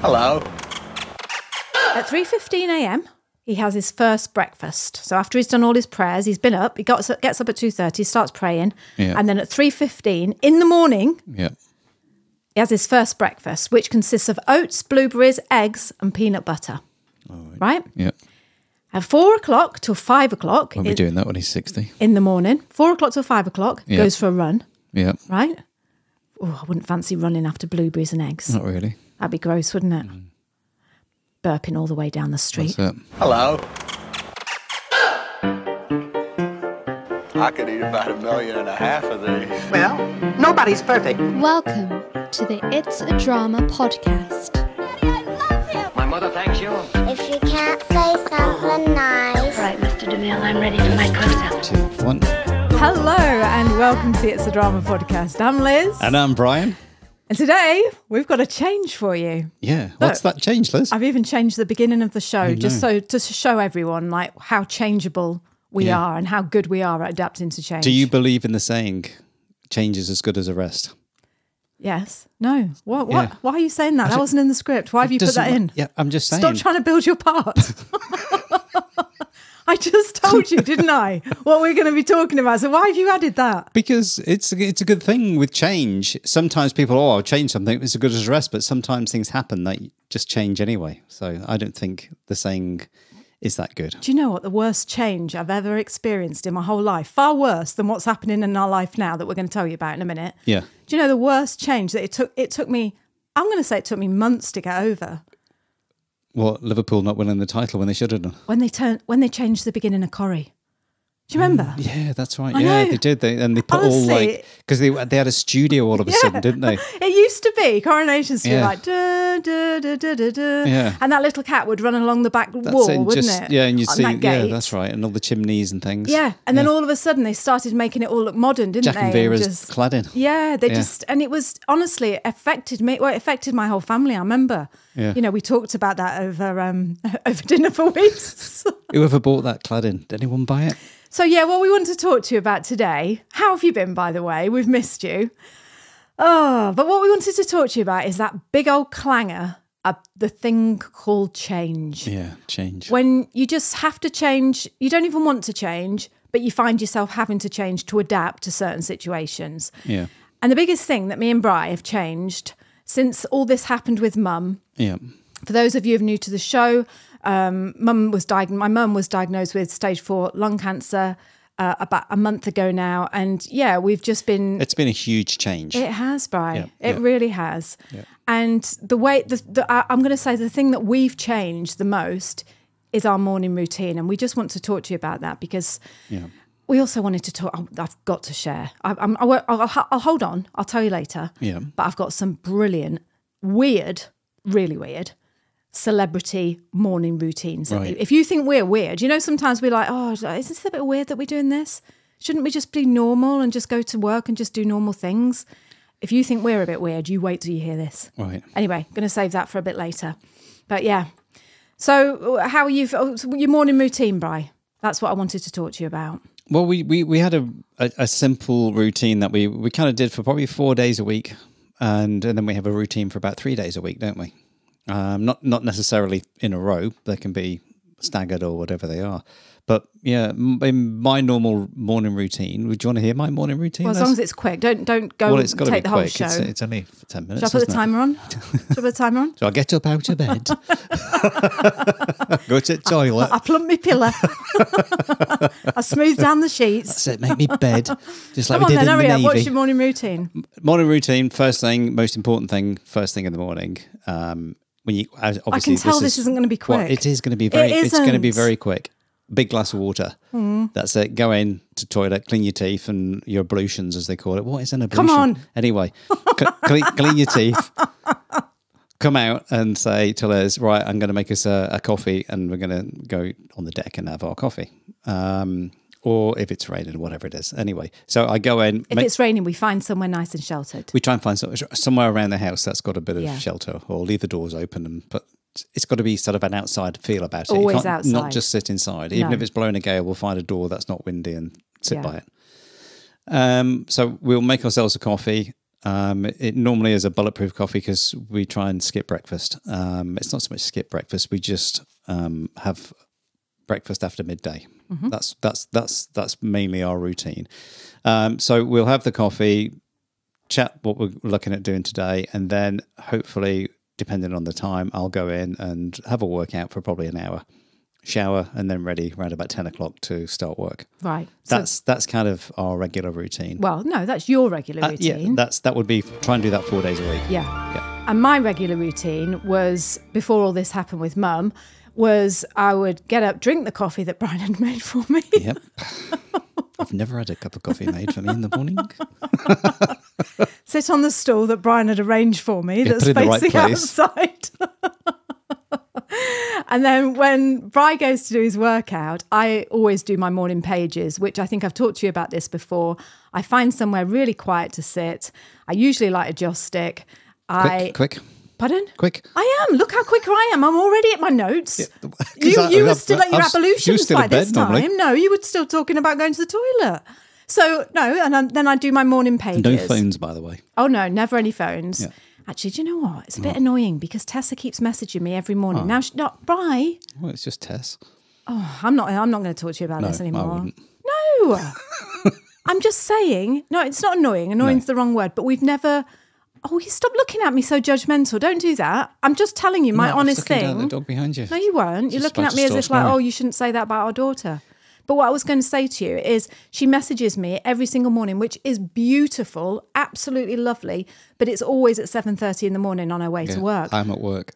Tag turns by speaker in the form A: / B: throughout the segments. A: Hello.
B: At 3:15 a.m., he has his first breakfast. So after he's done all his prayers, he's been up, he gets up, gets up at 2:30, starts praying,
A: Yeah.
B: and then at 3:15 in the morning,
A: Yeah.
B: he has his first breakfast, which consists of oats, blueberries, eggs, and peanut butter. right?
A: Yeah.
B: At four o'clock till five o'clock
A: We'll be
B: in,
A: doing that when he's 60.
B: in the morning, four o'clock till five o'clock,
A: Yeah.
B: goes for a run,
A: Yeah.
B: right? Oh, I wouldn't fancy running after blueberries and eggs.
A: Not really.
B: That'd be gross, wouldn't it?
A: Mm.
B: Burping all the way down the street.
A: So,
C: Hello. I could eat about a million and a half of these.
D: Well, nobody's perfect.
E: Welcome to the It's a Drama podcast.
F: My mother thanks you.
G: If you can't say something nice.
H: All right, Mr. DeMille, I'm ready for my close-up.
A: two, one.
B: Hello and welcome to It's a Drama podcast. I'm Liz.
A: And I'm Brian.
B: And today we've got a change for you.
A: Yeah. What's that change, Liz?
B: I've even changed the beginning of the show just so just to show everyone like how changeable we
A: Yeah.
B: are and how good we are at adapting to change.
A: Do you believe in the saying, change is as good as a rest?
B: Yes. No. What? What?
A: Yeah.
B: Why are you saying that? That wasn't in the script. Why have you put
A: Doesn't
B: that
A: ma-
B: in?
A: Yeah, I'm just saying.
B: Stop trying to build your part. I just told you, didn't I? What we're going to be talking about. So why have you added that?
A: Because it's it's a good thing with change. Sometimes people, oh, I'll change something. It's as good as a rest, but sometimes things happen that you just change anyway. So I don't think the saying is that good.
B: Do you know what the worst change I've ever experienced in my whole life? Far worse than what's happening in our life now that we're going to tell you about in a minute.
A: Yeah.
B: Do you know the worst change that it took? It took me. I'm going to say it took me months to get over
A: Well, Liverpool not winning the title when they should have done.
B: when they turned when they changed the beginning of Corrie. Do you remember?
A: Yeah, that's right.
B: I
A: yeah,
B: know.
A: they did. They and they put all
B: Honestly.
A: like because they they had a studio all of a sudden, didn't they?
B: It used to be Coronation Street,
A: Yeah.
B: like duh, duh, duh, duh, duh, duh.
A: Yeah.
B: and that little cat would run along the back wall,
A: and
B: wouldn't
A: just-
B: it?
A: Yeah, and you
B: On
A: see,
B: that
A: yeah,
B: gate.
A: that's right, and all the chimneys and things.
B: Yeah, and then all of a sudden they started making it all look modern, didn't
A: Jack
B: they?
A: and Vera's
B: just-
A: cladding.
B: Yeah, they
A: Yeah.
B: just and it was honestly it affected me. Well, it affected my whole family. I remember.
A: Yeah.
B: You know, we talked about that over um over dinner for weeks.
A: Whoever bought that cladding, did anyone buy it?
B: So, yeah, what we want to talk to you about today, how have you been, by the way? We've missed you. Oh, but what we wanted to talk to you about is that big old clanger, uh, the thing called change.
A: Yeah, change.
B: When you just have to change, you don't even want to change, but you find yourself having to change to adapt to certain situations.
A: yeah,
B: And the biggest thing that me and Bri have changed since all this happened with mum
A: yeah,
B: for those of you who are new to the show, um, mum was diag- my mum was diagnosed with stage four lung cancer uh, about a month ago now, and yeah, we've just been.
A: it's been a huge change.
B: it has, Bri.
A: Yeah,
B: it
A: yeah.
B: really has. And the way the, the I, I'm going to say the thing that we've changed the most is our morning routine, and we just want to talk to you about that because we also wanted to talk. I- I've got to share. I, I'm, I won't, I'll, I'll, I'll hold on. I'll tell you later.
A: Yeah.
B: But I've got some brilliant, weird, really weird celebrity morning routines.
A: Right.
B: If you think we're weird, you know, sometimes we're like, oh, is this a bit weird that we're doing this? Shouldn't we just be normal and just go to work and just do normal things? If you think we're a bit weird, you wait till you hear this.
A: Right.
B: Anyway, going to save that for a bit later. But yeah. So, uh, how are you? oh, so Your morning routine, Bry? That's what I wanted to talk to you about.
A: Well, we we, we had a, a, a simple routine that we, we kind of did for probably four days a week, and and then we have a routine for about three days a week, don't we? Um, not not necessarily in a row. They can be staggered or whatever they are. But yeah, m- in my normal morning routine. Would you want to hear my morning routine?
B: Well, as
A: Liz?
B: long as it's quick, don't don't go
A: well, it's got to be
B: take the whole
A: quick.
B: show.
A: It's,
B: Should
A: it's only for ten minutes.
B: I put
A: isn't
B: the
A: it?
B: timer on? Should I put the timer on?
A: So I get up out of bed, go to the toilet,
B: I plump my pillow. I smooth down the sheets.
A: sit- make me bed, just like
B: Come on
A: we did
B: then,
A: in the
B: hurry up.
A: navy.
B: What's your morning routine?
A: morning routine first thing most important thing first thing in the morning um when you as- obviously
B: tell this isn't gonna be
A: well,
B: quick.
A: it is going to be very it's going to be
B: isn't. Hmm.
A: very quick big glass of water that's it go in to toilet clean your teeth and your ablutions as they call it what is an ablution
B: on.
A: anyway cl- clean, clean your teeth come out and say to Liz, right, I'm going to make us a, a coffee and we're going to go on the deck and have our coffee. Um, or if it's raining, whatever it is. Anyway, so I go in.
B: If
A: make-
B: it's raining, we find somewhere nice and sheltered.
A: we try and find some, somewhere around the house that's got a bit of
B: Yeah.
A: shelter or leave the doors open and put it's got to be sort of an outside feel about it. You
B: Always
A: can't-
B: outside.
A: Not just sit inside. Even
B: No.
A: if it's blowing a gale, we'll find a door that's not windy and sit
B: Yeah.
A: by it. Um, so we'll make ourselves a coffee. Um, it normally is a bulletproof coffee because we try and skip breakfast. Um, it's not so much skip breakfast; we just um, have breakfast after midday. That's that's that's that's mainly our routine. Um, so we'll have the coffee, chat what we're looking at doing today, and then hopefully, depending on the time, I'll go in and have a workout for probably an hour, shower, and then ready around about ten o'clock to start work.
B: Right. So-
A: That's that's kind of our regular routine.
B: well, no, that's your regular
A: Uh,
B: routine.
A: yeah, that's that would be try and do that four days a week.
B: Yeah.
A: Yeah.
B: And my regular routine was before all this happened with mum was I would get up, drink the coffee that Brian had made for me.
A: Yep. I've never had a cup of coffee made for me in the morning.
B: sit on the stool that Brian had arranged for me that's
A: put it in the right
B: facing
A: place.
B: outside. and then when Bri goes to do his workout, I always do my morning pages, which I think I've talked to you about this before. I find somewhere really quiet to sit. I usually light a joss stick. I
A: Quick, quick,
B: pardon?
A: quick.
B: I am. Look how quick I am. I'm already at my notes.
A: 'Cause
B: You,
A: I-
B: you were
A: I've-
B: still at your
A: I've- you were
B: ablutions
A: still
B: by
A: in bed
B: this time.
A: normally.
B: No, you were still talking about going to the toilet. So no, and I, then I do my morning pages.
A: No phones, by the way.
B: Oh no, never any phones. Actually, do you know what? It's a bit annoying because Tessa keeps messaging me every morning. Now, she, no, Bri,
A: Well, it's just Tess.
B: I'm not. I'm not going to talk to you about
A: No,
B: this
A: I
B: anymore.
A: wouldn't.
B: No, I'm just saying. No, it's not annoying. Annoying's the wrong word. But we've never. Oh, you stop looking at me so judgmental. Don't do that. I'm just telling you my
A: No, I was
B: honest
A: looking down at
B: thing.
A: the dog behind you.
B: No, you weren't. You're
A: Just
B: looking
A: about
B: at
A: to
B: me as
A: start
B: if like,
A: snoring.
B: oh, you shouldn't say that about our daughter. But what I was going to say to you is she messages me every single morning, which is beautiful, absolutely lovely, but it's always at 7.30 in the morning on her way to
A: Yeah,
B: work.
A: I'm at work.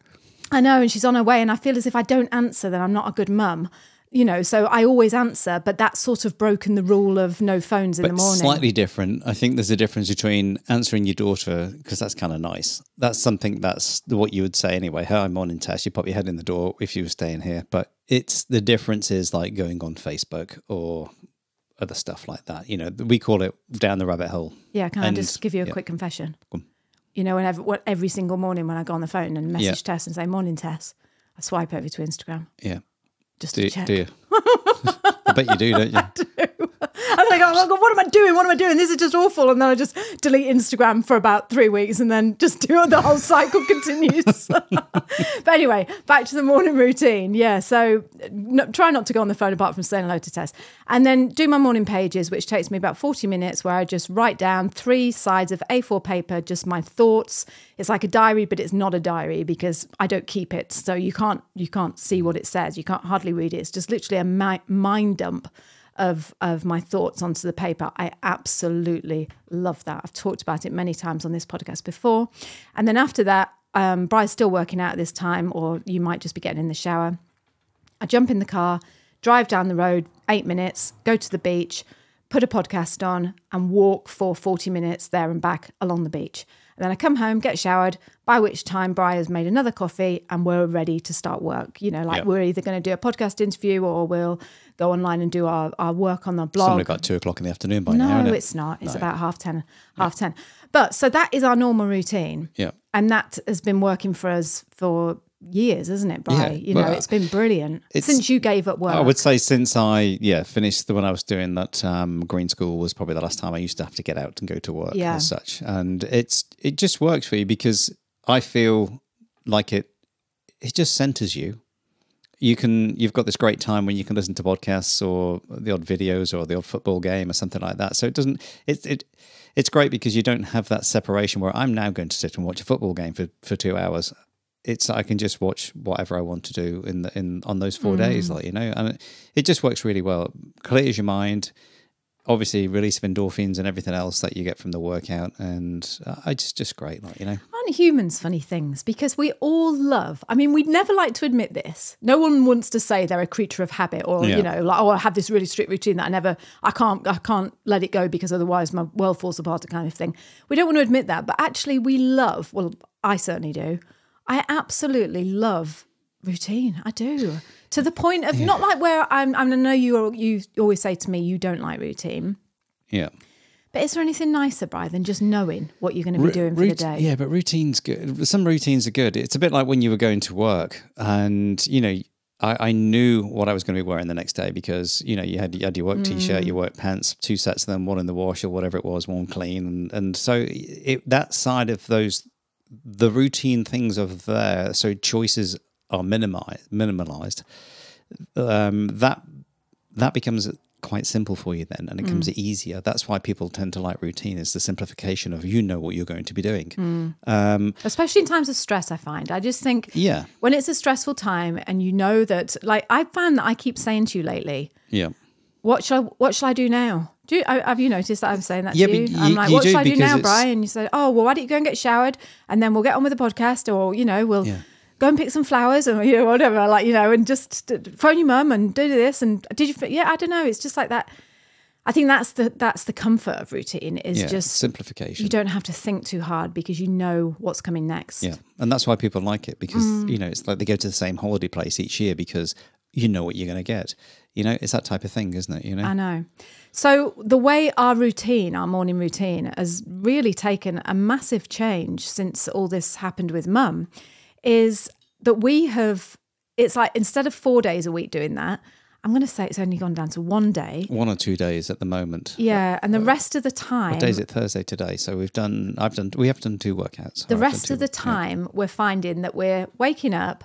B: I know, and she's on her way, and I feel as if I don't answer, then I'm not a good mum. You know, so I always answer, but that's sort of broken the rule of no phones in the
A: But
B: morning.
A: slightly different. I think there's a difference between answering your daughter because that's kind of nice. That's something that's what you would say anyway. Hi, morning, Tess. You pop your head in the door if you were staying here. But it's the difference is like going on Facebook or other stuff like that. You know, we call it down the rabbit hole.
B: Yeah, can I
A: And-
B: just give you a
A: yeah.
B: quick confession? You know, whenever, what, every single morning when I go on the phone and message Tess and say, Morning, Tess, I swipe over to Instagram
A: Yeah.
B: just
A: Do,
B: to check.
A: do you? I bet you do, don't you?
B: And I go, oh, God, what am I doing? What am I doing? This is just awful. And then I just delete Instagram for about three weeks and then just do it. The whole cycle continues. but anyway, back to the morning routine. Yeah. So no, try not to go on the phone apart from saying hello to Tess. And then do my morning pages, which takes me about 40 minutes, where I just write down three sides of A4 paper, just my thoughts. It's like a diary, but it's not a diary because I don't keep it. So you can't, you can't see what it says. You can't hardly read it. It's just literally a mi- mind dump of of my thoughts onto the paper. I absolutely love that. I've talked about it many times on this podcast before. And then after that, um, Bri's still working out at this time, or you might just be getting in the shower. I jump in the car, drive down the road, eight minutes, go to the beach, put a podcast on, and walk for 40 minutes there and back along the beach. And then I come home, get showered, by which time Bri has made another coffee and we're ready to start work. You know, like
A: Yeah.
B: we're either going to do a podcast interview or we'll go online and do our, our work on the blog.
A: Somebody about two o'clock in the afternoon by now.
B: No,
A: isn't it?
B: it's not. It's about half ten, half ten. But so that is our normal routine.
A: Yeah.
B: And that has been working for us for years, isn't it, Bri?
A: Yeah,
B: you know,
A: well,
B: it's been brilliant
A: it's-
B: since you gave up work.
A: I would say since I yeah finished the when I was doing that um, green school was probably the last time I used to have to get out and go to work
B: Yeah.
A: as such, and it's it just works for you because I feel like it it just centers you. You can you've got this great time when you can listen to podcasts or the odd videos or the odd football game or something like that. So it doesn't it it it's great because you don't have that separation where I'm now going to sit and watch a football game for, for two hours it's I can just watch whatever I want to do in the, in on those four days, like you know, and it, it just works really well. clears your mind, obviously release of endorphins and everything else that you get from the workout, and uh, I just just great, like you know.
B: Aren't humans funny things? Because we all love, I mean, we'd never like to admit this. No one wants to say they're a creature of habit or,
A: Yeah.
B: you know, like, oh, I have this really strict routine that I never, I can't, I can't let it go because otherwise my world falls apart kind of thing. We don't want to admit that, but actually we love, well, I certainly do. I absolutely love routine. I do. To the point of not like where I'm, I know you, you always say to me, you don't like routine.
A: Yeah,
B: But is there anything nicer, Brian, than just knowing what you're going to be doing for the
A: Rout-
B: day?
A: Yeah, but routines good. Some routines are good. It's a bit like when you were going to work, and you know, I, I knew what I was going to be wearing the next day because you know you had, you had your work t-shirt,
B: Mm.
A: your work pants, two sets of them, one in the wash or whatever it was, one clean, and, and so it, that side of those the routine things of there, so choices are minimized, minimalized. Um, that that becomes quite simple for you then,
B: Mm.
A: and it becomes easier. That's why people tend to like routine is the simplification of you know what you're going to be doing.
B: Mm. especially in times of stress i find i just think
A: Yeah.
B: when it's a stressful time and you know that like i found that i keep saying to you lately
A: Yeah.
B: what shall I, what shall i do now do you, I- have you noticed that i'm saying that
A: Yeah,
B: to you
A: but
B: i'm
A: you-
B: like
A: you
B: what
A: do
B: shall i do
A: because
B: now
A: it's-
B: brian you say oh well why don't you go and get showered and then we'll get on with the podcast or you know we'll
A: Yeah.
B: Go and pick some flowers, or you know, whatever, like you know, and just d- phone your mum and do this. And did you? fi- Yeah, I don't know. It's just like that. I think that's the that's the comfort of routine is
A: yeah.
B: just
A: simplification.
B: you don't have to think too hard because you know what's coming next.
A: Yeah, and that's why people like it because
B: Mm.
A: you know it's like they go to the same holiday place each year because you know what you're going to get. You know, it's that type of thing, isn't it? You know,
B: I know. So the way our routine, our morning routine, has really taken a massive change since all this happened with mum is that we have it's like instead of four days a week doing that, I'm gonna say it's only gone down to one day.
A: one or two days at the moment.
B: Yeah. And the rest of the time
A: What day is it? Thursday today. So we've done. I've done. We have done two workouts.
B: the
A: I've done
B: rest
A: two-
B: of the time we're finding that we're waking up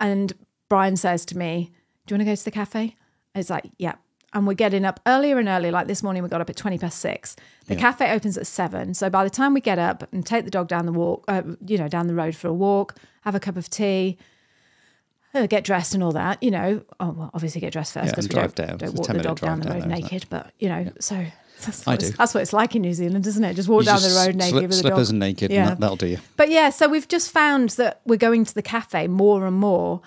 B: and Brian says to me, Do you want to go to the cafe? I was like, Yeah. And we're getting up earlier and earlier. Like this morning, we got up at 20 past six. The cafe opens at seven. So by the time we get up and take the dog down the walk, uh, you know, down the road for a walk, have a cup of tea, uh, get dressed and all that, you know, oh, well, obviously get dressed first
A: Yeah,
B: because
A: and
B: we don't,
A: drive down.
B: don't
A: It's a
B: walk the
A: 10 minute
B: dog
A: drive
B: down the
A: down
B: road
A: there, isn't it?
B: naked. But, you know, so that's
A: I
B: what, it's,
A: do.
B: that's what it's like in New Zealand, isn't it? Just walk
A: You
B: down
A: just
B: the road naked
A: slip-
B: with a
A: slippers
B: dog.
A: and naked.
B: Yeah.
A: And that, that'll do you.
B: But yeah, so we've just found that we're going to the cafe more and more.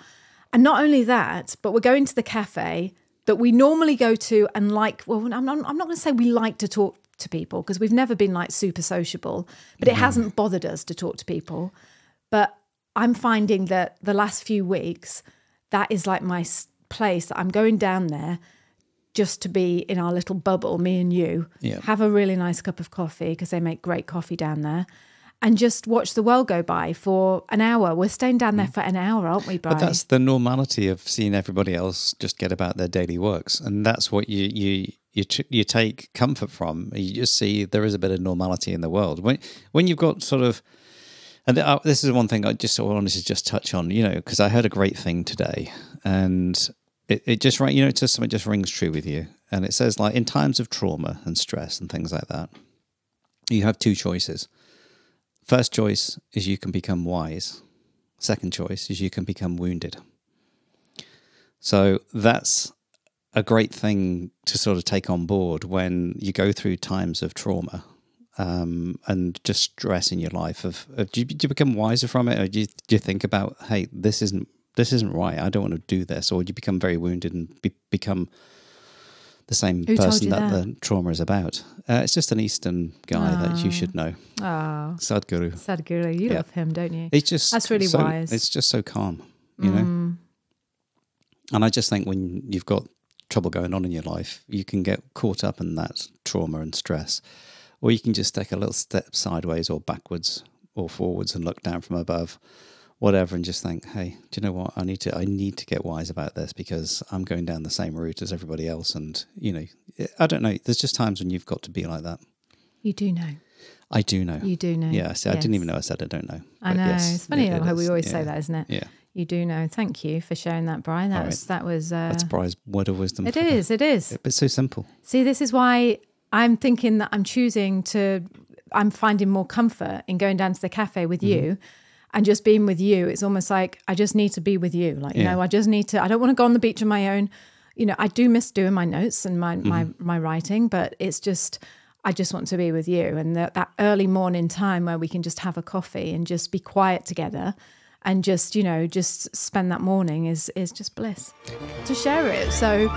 B: And not only that, but we're going to the cafe that we normally go to and like, well, I'm not, I'm not going to say we like to talk to people because we've never been like super sociable, but it hasn't bothered us to talk to people. But I'm finding that the last few weeks, that is like my s- place that I'm going down there just to be in our little bubble, me and you,
A: Yeah.
B: have a really nice cup of coffee because they make great coffee down there, and just watch the world go by for an hour. We're staying down there for an hour, aren't we, Brian?
A: Mm. But that's the normality of seeing everybody else just get about their daily works, and that's what you you you t- you take comfort from. You just see there is a bit of normality in the world when when you've got sort of. And th- uh, this is one thing I just sort of wanted to just touch on, you know, because I heard a great thing today, and it, it just right, you know, it's just something that just rings true with you. And it says like in times of trauma and stress and things like that, you have two choices. First choice is you can become wise, Second choice is you can become wounded. So that's a great thing to sort of take on board when you go through times of trauma um, and just stress in your life. Of, of do, you, do you become wiser from it, or do you, do you think about, hey, this isn't this isn't right. I don't want to do this, or do you become very wounded and be, become the same
B: Who told
A: person
B: you
A: that,
B: that? Ah.
A: the trauma is about? Uh, it's just an Eastern guy that you should know,
B: oh,
A: Sadhguru.
B: Sadhguru, you
A: Yeah.
B: love him, don't you?
A: It's just
B: That's really
A: so,
B: wise. Mm.
A: It's just so calm, you know. And I just think when you've got trouble going on in your life, you can get caught up in that trauma and stress, or you can just take a little step sideways or backwards or forwards and look down from above, whatever, and just think, hey, do you know what? I need to I need to get wise about this because I'm going down the same route as everybody else, and you know, I don't know. There's just times when you've got to be like that.
B: You do know.
A: I do know.
B: You do know.
A: Yeah, I see, I didn't
B: Yes.
A: even know I said I don't know.
B: I
A: But
B: know.
A: Uh, yes,
B: it's funny
A: it- it
B: how we
A: is.
B: always say
A: Yeah.
B: that, isn't it?
A: Yeah.
B: You do know. Thank you for sharing that, Brian. That
A: All
B: was
A: right.
B: that was. Uh,
A: That's Bri's word of wisdom.
B: it
A: for the-
B: is. It is.
A: But it's so simple.
B: See, this is why I'm thinking that I'm choosing to, I'm finding more comfort in going down to the cafe with you and just being with you. It's almost like I just need to be with you. Like, you
A: Yeah.
B: know, I just need to, I don't want to go on the beach on my own. You know, I do miss doing my notes and my, my, my writing, but it's just, I just want to be with you. And that that early morning time where we can just have a coffee and just be quiet together and just, you know, just spend that morning is, is just bliss to share it. So,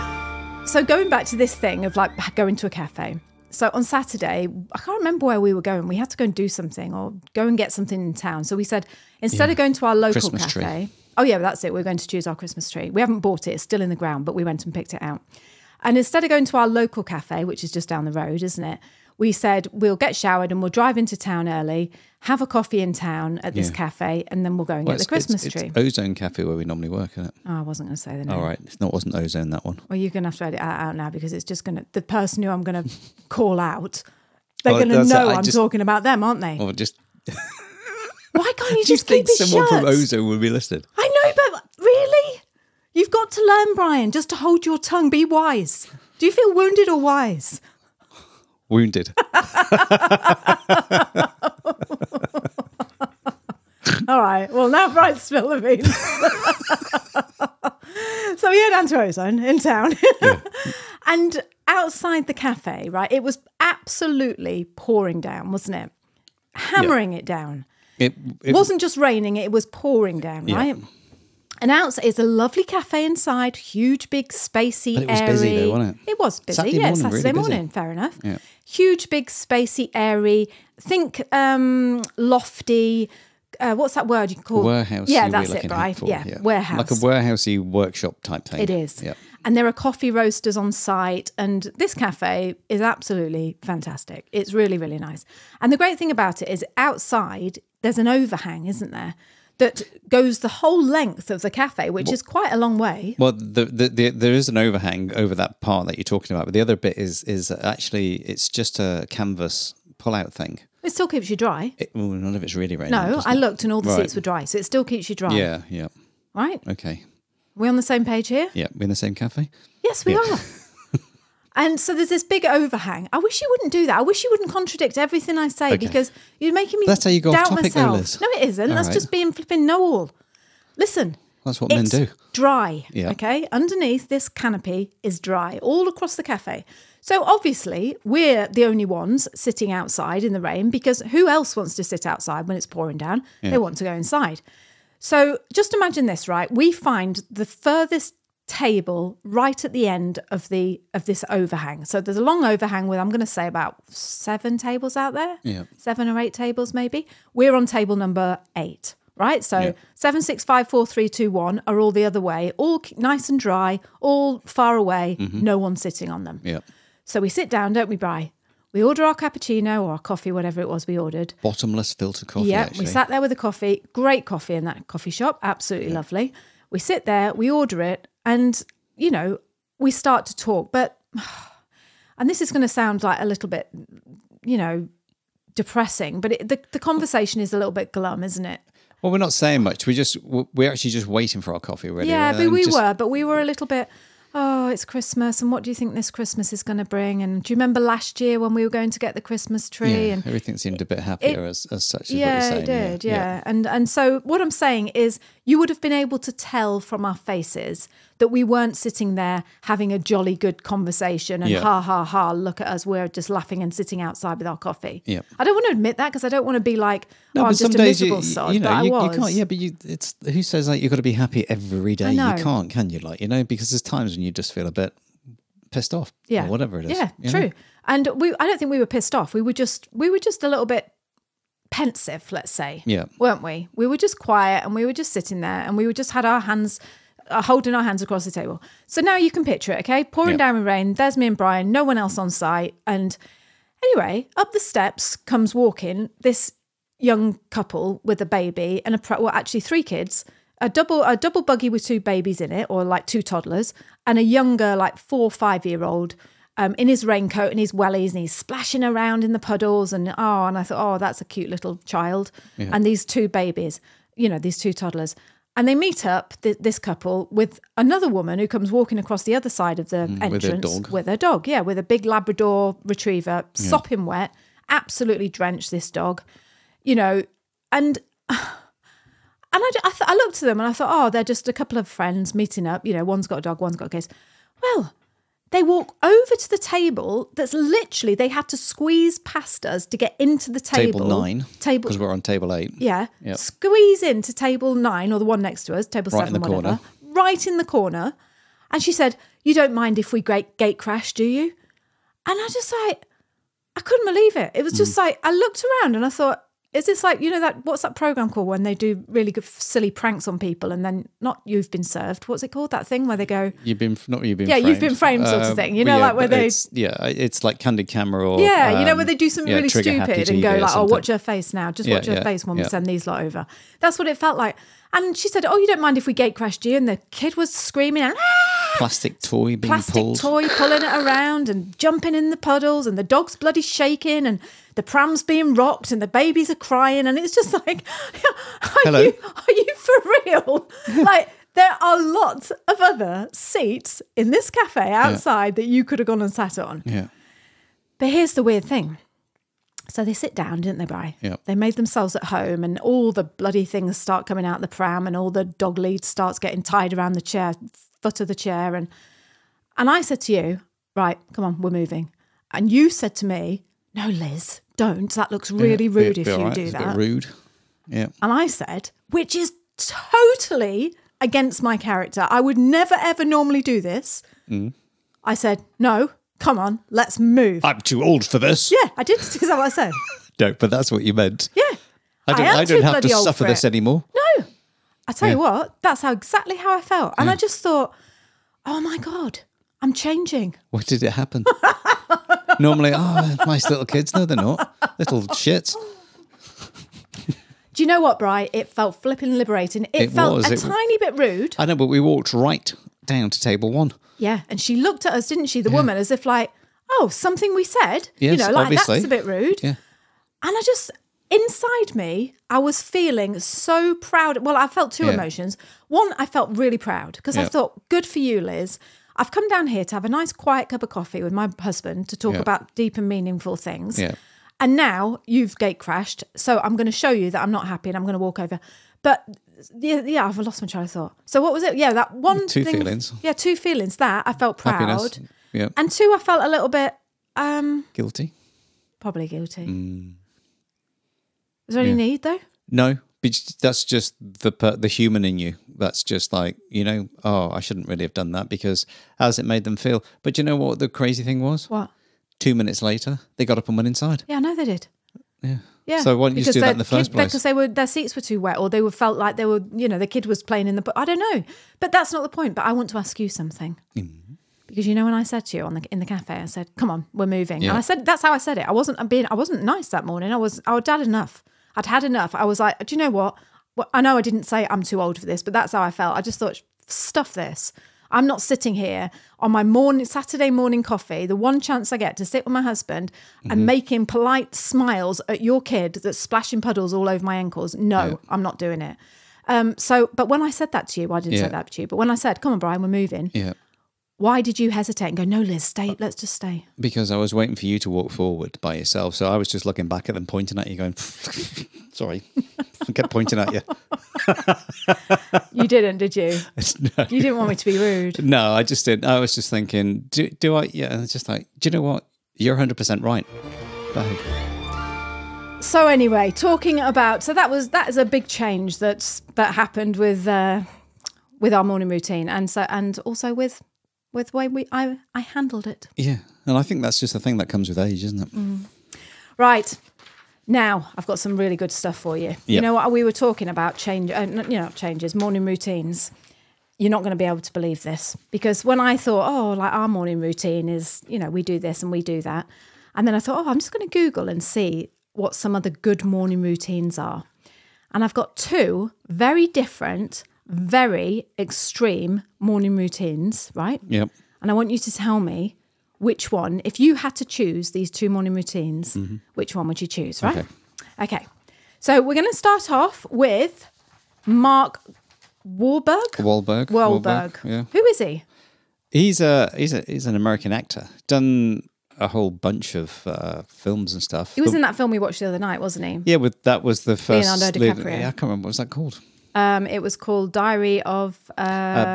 B: so going back to this thing of like going to a cafe. So on Saturday, I can't remember where we were going. We had to go and do something or go and get something in town. So we said instead of going to our local
A: Christmas tree.
B: cafe, oh yeah, that's it. We're going to choose our Christmas tree. We haven't bought it; it's still in the ground, but we went and picked it out. And instead of going to our local cafe, which is just down the road, isn't it? we said we'll get showered and we'll drive into town early, have a coffee in town at this
A: Yeah.
B: cafe, and then we'll go and
A: Well,
B: get the
A: it's-
B: Christmas
A: it's,
B: tree.
A: It's Ozone Cafe where we normally work, isn't it?
B: oh, I wasn't going to say the name.
A: All right. It's not wasn't Ozone that one.
B: Well, you're going to have to edit that out now because it's just going to the person who I'm going to call out. They're
A: Oh,
B: going to
A: that's it.
B: know
A: I
B: I'm
A: just-
B: talking about them, aren't they?
A: Or just
B: Why can't
A: do
B: you
A: you
B: just keep
A: think
B: it
A: someone
B: shut?
A: from Ozone would be listed?
B: I know, but really, you've got to learn, Brian, just to hold your tongue. Be wise. Do you feel wounded or wise?
A: Wounded.
B: All right. Well, now Brian spill the beans. so we go down to Ozone in town, and outside the cafe, right? It was absolutely pouring down, wasn't it? Hammering it down.
A: It, it
B: It wasn't just raining, it was pouring down,
A: Yeah.
B: right? And outside is a lovely cafe inside, huge, big, spacey,
A: But it was
B: airy.
A: busy though, wasn't it?
B: It was busy,
A: Saturday
B: yeah,
A: morning,
B: Saturday
A: really busy.
B: morning, fair enough.
A: Yeah.
B: Huge, big, spacey, airy. Think um, lofty. Uh, what's that word you call
A: warehouse.
B: Yeah,
A: you
B: that's
A: were
B: it,
A: looking
B: right?
A: out for,
B: yeah,
A: Like
B: warehouse.
A: a warehousey workshop type thing.
B: It is.
A: Yep.
B: And there are coffee roasters on site. And this cafe is absolutely fantastic. It's really, really nice. And the great thing about it is outside, there's an overhang, isn't there? That goes the whole length of the cafe, which is quite a long way.
A: Well, the, the, the, there is an overhang over that part that you're talking about, but the other bit is is actually it's just a canvas pull-out thing.
B: It still keeps you dry.
A: It, well, none of it's really raining.
B: No,
A: doesn't
B: I
A: it?
B: looked and all the
A: Right.
B: seats were dry. So it still keeps you dry.
A: Yeah, yeah.
B: Right?
A: Okay.
B: we on the same page here?
A: Yeah, we're in the same cafe.
B: Yes, we are. And so there's this big overhang. I wish you wouldn't do that. I wish you wouldn't contradict everything I say because you're making me
A: That's how you go off
B: doubt
A: topic though,
B: myself.
A: Liz.
B: No, it isn't.
A: All
B: That's
A: right.
B: just being flipping know-all. Listen,
A: That's what men
B: it's
A: do.
B: dry.
A: Yeah.
B: Okay. Underneath this canopy is dry all across the cafe. So obviously we're the only ones sitting outside in the rain because who else wants to sit outside when it's pouring down? They want to go inside. So just imagine this, right? We find the furthest table right at the end of the of this overhang. So there's a long overhang with I'm going to say about seven tables out there.
A: Yeah.
B: Seven or eight tables maybe. We're on table number 8, right? So
A: Yeah.
B: seven, six, five, four, three, two, one are all the other way, all k- nice and dry, all far away, no one sitting on them.
A: Mm-hmm. Yeah.
B: So we sit down, don't we, Bri? We order our cappuccino or our coffee, whatever it was we ordered.
A: Bottomless filter coffee.
B: Yeah,
A: actually.
B: we sat there with a coffee. Great coffee in that coffee shop. Absolutely lovely. We sit there, we order it, and you know, we start to talk. But and this is going to sound like a little bit, you know, depressing. But it, the the conversation is a little bit glum, isn't it?
A: Well, we're not saying much. We just w- we're actually just waiting for our coffee. Really.
B: Yeah,
A: and
B: but we
A: just-
B: were, but we were a little bit. Oh, it's Christmas, and what do you think this Christmas is going to bring? And do you remember last year when we were going to get the Christmas tree?
A: Yeah,
B: and
A: everything seemed a bit happier as, as such. Is
B: yeah,
A: what you're
B: it
A: saying.
B: did. Yeah. and and so what I'm saying is, you would have been able to tell from our faces that we weren't sitting there having a jolly good conversation and
A: Yeah.
B: ha ha ha, look at us, we're just laughing and sitting outside with our coffee.
A: Yeah.
B: I don't want to admit that because I don't want to be like,
A: No,
B: oh, I'm
A: but
B: just
A: some
B: a
A: days
B: miserable
A: you,
B: sod,
A: you know
B: but I
A: you,
B: was.
A: you can't. Yeah, but you, it's who says like you've got to be happy every day.
B: know.
A: You can't, can you? Like you know, because there's times when you just feel a bit pissed off.
B: yeah
A: or whatever it is.
B: yeah
A: you know?
B: true and we i don't think we were pissed off we were just we were just a little bit pensive let's say
A: Yeah.
B: weren't we we were just quiet and we were just sitting there and we were just had our hands uh, holding our hands across the table so now you can picture it okay pouring
A: Yeah.
B: down with rain there's me and brian no one else on site and anyway up the steps comes walking this young couple with a baby and a pre- well actually three kids a double a double buggy with two babies in it or like two toddlers and a younger like four or five year old um, in his raincoat and his wellies and he's splashing around in the puddles and oh and I thought oh that's a cute little child and these two babies you know these two toddlers and they meet up th- this couple with another woman who comes walking across the other side of the entrance
A: Mm, with her dog.
B: with a dog, yeah, with a big Labrador retriever, sopping wet, absolutely drenched this dog, you know, and and I, I, th- I looked at them and I thought, oh, they're just a couple of friends meeting up, you know, one's got a dog, one's got kids. Well, they walk over to the table that's literally they had to squeeze past us to get into the table.
A: Table, nine.
B: Table
A: because we're on table eight.
B: yeah.
A: Yep.
B: Squeeze into table nine or the one next to us, table
A: Right in
B: seven,
A: the
B: whatever.
A: corner.
B: Right in the corner. And she said, You don't mind if we great gate crash, do you?
A: Hmm.
B: And I just like, I couldn't believe it. It was just like, I looked around and I thought, Is this like you know that what's that program called when they do really good silly pranks on people and then not you've been served? What's it called? That thing where they go,
A: You've been not you've been Uh,
B: Yeah, you've been framed sort of thing. You know, like where
A: but
B: they-
A: it's, yeah, it's like candid camera or
B: yeah, you know
A: um,
B: where they do something
A: yeah,
B: really
A: trigger happy
B: stupid and
A: TV
B: go
A: or
B: like, oh,
A: something.
B: watch her face now, just
A: Yeah,
B: watch her
A: yeah,
B: face when
A: yeah.
B: we send these lot over. That's what it felt like. And she said, oh, you don't mind if we gate crash do you? And the kid was screaming and "Ah!"
A: plastic toy being
B: plastic
A: pulled.
B: toy pulling it around and jumping in the puddles and the dog's bloody shaking and the pram's being rocked and the babies are crying and it's just like are
A: Hello?
B: you are you for real like there are lots of other seats in this cafe outside that you could have gone and sat on
A: Yeah,
B: but here's the weird thing so they sit down didn't they Bri
A: Yeah.
B: they made themselves at home and all the bloody things start coming out the pram and all the dog lead starts getting tied around the chair foot of the chair and and I said to you, right, come on, we're moving. And you said to me, no, Liz, don't. That looks really
A: Yeah,
B: rude
A: be-
B: if
A: be
B: you
A: alright,
B: do
A: it's a bit
B: that.
A: rude. Yeah,
B: And I said, which is totally against my character. I would never, ever normally do this.
A: Mm.
B: I said, no, come on, let's move.
A: I'm too old for this.
B: yeah, I did. Is that what I said?
A: No, but that's what you meant.
B: Yeah.
A: I don't.
B: am
A: I,
B: too
A: don't have to
B: bloody old
A: suffer
B: for
A: this
B: it.
A: anymore.
B: No. I tell you
A: Yeah. Mm.
B: what, that's how exactly how I felt. And I just thought, oh my God, I'm changing.
A: What did it happen? Normally, oh, nice little kids. No, they're not. Little shits.
B: Do you know what, Bri? It felt flipping liberating. It,
A: It
B: felt
A: was,
B: a
A: it w-
B: tiny bit rude.
A: I know, but we walked right down to table one.
B: Yeah. And she looked at us, didn't she, the woman, as if like, oh, something we said. you
A: Yes,
B: know, like
A: obviously.
B: that's a bit rude.
A: Yeah.
B: And I just inside me, I was feeling so proud. Well, I felt two
A: Yeah.
B: emotions. One, I felt really proud because I
A: Yeah.
B: thought, good for you, Liz. I've come down here to have a nice quiet cup of coffee with my husband to talk
A: Yeah.
B: about deep and meaningful things.
A: Yeah.
B: And now you've gate crashed. So I'm going to show you that I'm not happy and I'm going to walk over. But yeah, yeah, I've lost my train of thought. So what was it? Yeah, that one
A: Two
B: thing-
A: feelings.
B: Yeah, two feelings. That I felt proud.
A: Happiness. Yeah.
B: And two, I felt a little bit um
A: Guilty.
B: probably guilty.
A: Mm.
B: Is there any need though?
A: No, but that's just the per- the human in you. That's just like you know. Oh, I shouldn't really have done that because how's it made them feel? But you know what the crazy thing was?
B: What?
A: Two minutes later, they got up and went inside.
B: Yeah, I know they did. Yeah. Yeah.
A: So why didn't you just do that in the first place?
B: Because they were their seats were too wet, or they were felt like they were, you know, the kid was playing in the. bu- I don't know, but that's not the point. But I want to ask you something, because you know when I said to you on the in the cafe, I said, "Come on, we're moving,"
A: Yeah.
B: and I said that's how I said it. I wasn't I'm being I wasn't nice that morning. I was I would had enough. I'd had enough. I was like, do you know what? Well, I know I didn't say I'm too old for this, but that's how I felt. I just thought, stuff this. I'm not sitting here on my morning Saturday morning coffee, the one chance I get to sit with my husband
A: Mm-hmm.
B: and making polite smiles at your kid that's splashing puddles all over my ankles. No, I'm not doing it. Um, so, but when I said that to you, well, I didn't
A: Yeah.
B: say that to you, but when I said, come on, Brian, we're moving,
A: Yeah.
B: why did you hesitate and go, no, Liz, stay, let's just stay?
A: Because I was waiting for you to walk forward by yourself, so I was just looking back at them, pointing at you, going, "Sorry," I kept pointing at you.
B: You didn't, did you?
A: No.
B: You didn't want me to be rude.
A: No, I just didn't. I was just thinking, do, do I? Yeah, it's just like, do you know what? You're 100% right. But hey,
B: So anyway, talking about so that was that is a big change that's that happened with uh, with our morning routine, and so and also with with the way we I I handled it.
A: yeah. And I think that's just the thing that comes with age, isn't it?
B: Right. Now, I've got some really good stuff for you. You
A: Yep.
B: know what? We were talking about change, uh, n- you know, not changes, morning routines. You're not going to be able to believe this because when I thought, oh, like our morning routine is, you know, we do this and we do that. And then I thought, oh, I'm just going to Google and see what some of the good morning routines are. And I've got two very different, very extreme morning routines, right?
A: Yep.
B: And I want you to tell me which one, if you had to choose these two morning routines, which one would you choose, right? Okay.
A: Mm-hmm. Okay.
B: So we're going to start off with Mark Wahlberg.
A: Wahlberg.
B: Wahlberg.
A: Yeah.
B: Who is he?
A: He's a he's a he's an American actor. Done a whole bunch of uh, films and stuff.
B: He was
A: But-
B: in that film we watched the other night, wasn't he?
A: yeah, with that was the first
B: Leonardo
A: lead-
B: DiCaprio.
A: yeah, I can't remember what was that called.
B: Um, it was called Diary of uh,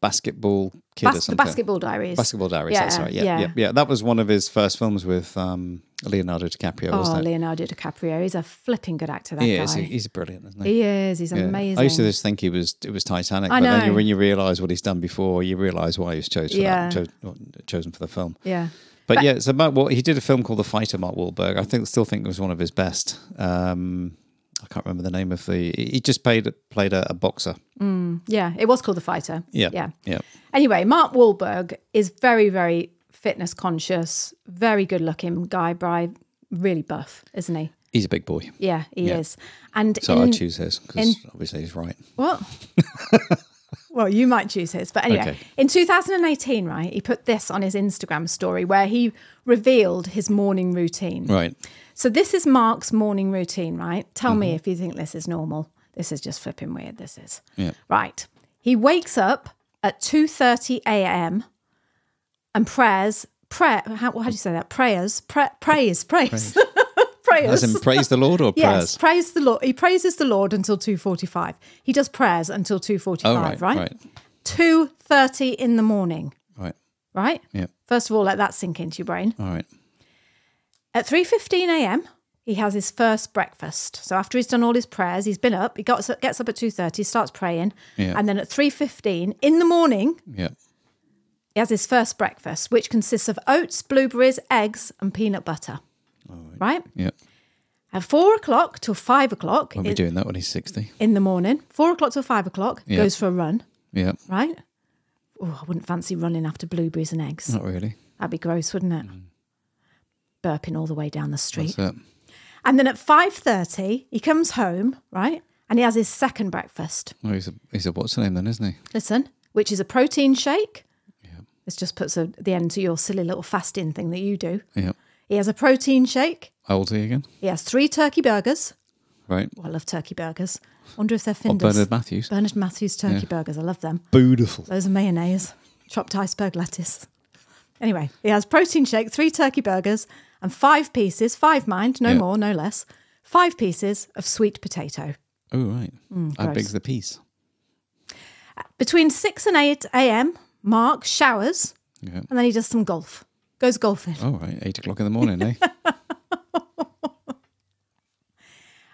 A: Basketball Kid or
B: Bas- the
A: something.
B: Basketball Diaries.
A: Basketball Diaries. That's right. Yeah, yeah,
B: yeah.
A: yeah, That was one of his first films with um, Leonardo DiCaprio,
B: Oh,
A: wasn't it?
B: Leonardo DiCaprio. He's a flipping good actor, that
A: yeah,
B: guy.
A: he's, he's brilliant, isn't he?
B: he is. He's
A: Yeah.
B: amazing.
A: I used to just think he was it was Titanic,
B: I
A: but then
B: know.
A: you, when you realise what he's done before, you realise why he was chosen for
B: Yeah.
A: that, cho- well, chosen for the film.
B: Yeah.
A: But, yeah, it's about what he did a film called The Fighter. Mark Wahlberg, I think, still think it was one of his best. Um, I can't remember the name of the. He just played played a, a boxer.
B: Yeah, it was called The Fighter.
A: Yeah,
B: Yeah.
A: yeah.
B: Anyway, Mark Wahlberg is very, very fitness conscious, very good looking guy, Bri, really buff, isn't he?
A: He's a big boy,
B: Yeah, he
A: Yeah.
B: is. And
A: so I
B: in-
A: choose his because obviously he's right.
B: What? well, you might choose his. But anyway,
A: Okay.
B: in 2018, right, he put this on his Instagram story where he revealed his morning routine.
A: Right.
B: So this is Mark's morning routine, right? Tell
A: Mm-hmm.
B: me if you think this is normal. This is just flipping weird. This is
A: Yeah.
B: right. He wakes up at two thirty a.m. and prayers, prayer. How, how do you say that? Prayers, pre- praise, praise, prayers.
A: As in praise the Lord or
B: Yes,
A: prayers?
B: praise the Lord. He praises the Lord until two forty-five. He does prayers until two
A: Oh,
B: forty-five.
A: right,
B: right,
A: right, right.
B: two thirty in the morning. Right.
A: Yeah.
B: First of all, let that sink into your brain.
A: All right.
B: At 3:15 a.m., he has his first breakfast. So after he's done all his prayers, he's been up, he gets up, gets up at 2:30, starts praying,
A: Yeah.
B: and then at 3:15 in the morning,
A: Yeah.
B: he has his first breakfast, which consists of oats, blueberries, eggs, and peanut butter. right.
A: Yeah.
B: At four o'clock till five o'clock
A: Won't
B: in,
A: be doing that when he's sixty.
B: in the morning. Four o'clock till five o'clock
A: Yeah.
B: goes for a run.
A: Yeah.
B: Right. Oh, I wouldn't fancy running after blueberries and eggs.
A: Not really.
B: That'd be gross, wouldn't it? Burping all the way down the street.
A: Mm. That's it.
B: And then at five thirty, he comes home, right? And he has his second breakfast.
A: Well, he's a he's a what's the name then, isn't he?
B: Listen, which is a protein shake. This just puts a, the end to your silly little fasting thing that you do.
A: Yeah.
B: He has a protein shake.
A: How old is he again?
B: He has three turkey burgers.
A: Right.
B: Oh, I love turkey burgers. Wonder if they're
A: Or
B: Finders.
A: Bernard Matthews.
B: Bernard Matthews turkey burgers. I love them.
A: Beautiful.
B: Those are mayonnaise, chopped iceberg lettuce. Anyway, he has protein shake, three turkey burgers, and five pieces, five mind, no
A: Yeah.
B: more, no less, five pieces of sweet potato.
A: Oh right. How
B: Mm, gross.
A: big's the piece?
B: Between 6 and 8 a.m., Mark showers
A: Yeah. Oh.
B: and then he does some golf. Goes golfing.
A: All right. Eight o'clock in the morning, eh?